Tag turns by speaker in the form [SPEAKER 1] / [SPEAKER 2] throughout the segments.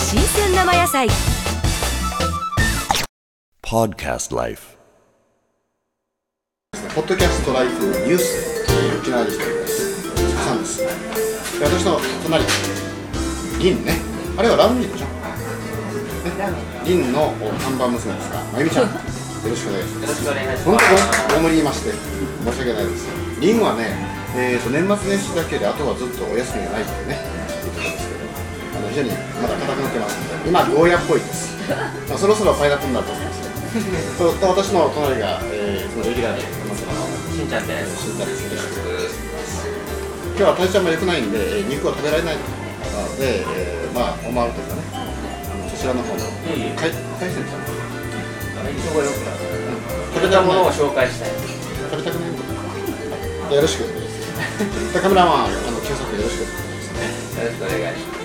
[SPEAKER 1] 生野菜
[SPEAKER 2] Podcast Life.
[SPEAKER 3] ポッドキャストライフニュース沖縄に来ております。さんです。で私の隣、銀ね。あれはラウンジでしょ。ね、銀の看板娘ですが、まゆみちゃん、よろしくお願いします。
[SPEAKER 4] よろしくお願いし
[SPEAKER 3] 本
[SPEAKER 4] ま
[SPEAKER 3] 当に
[SPEAKER 4] す。
[SPEAKER 3] 大盛り言いまして、申し訳ないです。銀はね、えー、と年末年始だけで、あとはずっとお休みがないというね、言ってたんですけど、あの非常にまだ硬くなってますので、今、ゴーヤっぽいです。まあ、そろそろパイナップルになると思いますけど、と私の隣が、えー、いつもレギュラーで、ますの
[SPEAKER 4] しんちゃんです。
[SPEAKER 3] 死んだりする今日は体調も良くないんで、えー肉を食べられないので、えーまあ、オマールとかね、あのそちらの方の、
[SPEAKER 4] いえいえ
[SPEAKER 3] 海海鮮ちゃん、
[SPEAKER 4] 一応よく
[SPEAKER 3] 食
[SPEAKER 4] 食
[SPEAKER 3] べ
[SPEAKER 4] べ
[SPEAKER 3] た
[SPEAKER 4] た
[SPEAKER 3] も
[SPEAKER 4] も
[SPEAKER 3] の
[SPEAKER 4] の
[SPEAKER 3] を
[SPEAKER 4] を紹介したい。
[SPEAKER 3] 食べたくないのでよろしくお願いします。カメラマン、あの、検索よろしくお願いします。
[SPEAKER 4] よろしくお願いします。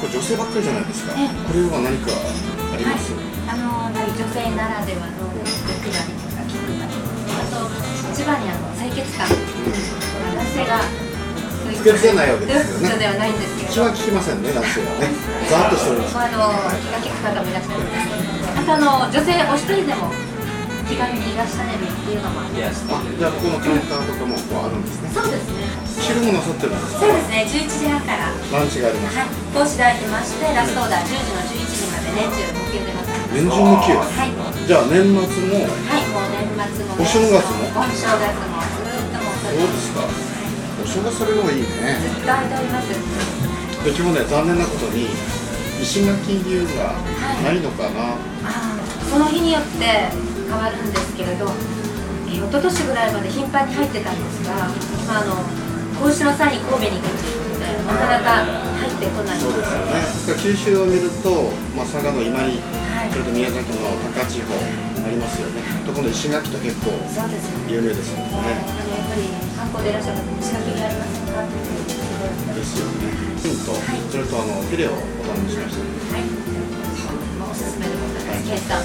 [SPEAKER 3] これ女性ばっかりじゃないですか。これは何かあります。
[SPEAKER 5] あの女性ならではのドキュラリとか聞くなりあと一番にあの清潔感男性が
[SPEAKER 3] 不潔じゃないわけですよね
[SPEAKER 5] そうではないんですけれ
[SPEAKER 3] 一
[SPEAKER 5] ど
[SPEAKER 3] 番聞きませんね、男性はね。ざわっとしております。
[SPEAKER 5] まああの気が利く方もいらっしゃるんですけどあとあの女性お一人でも気軽にいらっしゃれるっていうのもあり
[SPEAKER 4] いや、す
[SPEAKER 3] あ、じゃあ、ここのカウンターとかも、こうあるんですね。
[SPEAKER 5] そうですね
[SPEAKER 3] 汁もなさってるんです
[SPEAKER 5] そ
[SPEAKER 3] か。
[SPEAKER 5] うですね11時半からはい
[SPEAKER 3] ランチがあります。
[SPEAKER 5] 講師代いましてラストオーダー10時の11時まで年中無休でございます
[SPEAKER 3] 年中無休。
[SPEAKER 5] はい
[SPEAKER 3] じゃあ、年末も。
[SPEAKER 5] はい、もう年末も、
[SPEAKER 3] お正月も
[SPEAKER 5] お正月もずっともうそ
[SPEAKER 3] ど
[SPEAKER 5] れ
[SPEAKER 3] うですか。お正月それでもいいね。
[SPEAKER 5] ずっと間あります。
[SPEAKER 3] うちもね、残念なことに石垣牛がないのかな。
[SPEAKER 5] あーその日によって変わるんですけれど、えー一昨年ぐらいまで頻繁に入ってたんですが、まああの講師の際に神戸に行くっていうので、なかなか入ってこないん
[SPEAKER 3] そう
[SPEAKER 5] で
[SPEAKER 3] ですす
[SPEAKER 5] よ
[SPEAKER 3] よね。だから九州を見ると、まあ、佐賀の今
[SPEAKER 5] は
[SPEAKER 3] 里、
[SPEAKER 5] い
[SPEAKER 3] それと宮崎の高千穂ありますよね。とこの石垣と結構
[SPEAKER 5] そうですよね。
[SPEAKER 3] 有名ですもん
[SPEAKER 5] あの
[SPEAKER 3] ね。
[SPEAKER 5] やっぱり観光でいらっしゃる方、近くにありますかっていうところで
[SPEAKER 3] ですよね。ヒント、
[SPEAKER 5] い
[SPEAKER 3] それとあのフィレをお頼みしました。
[SPEAKER 5] はい、まあおすすめでございます。ケンさん、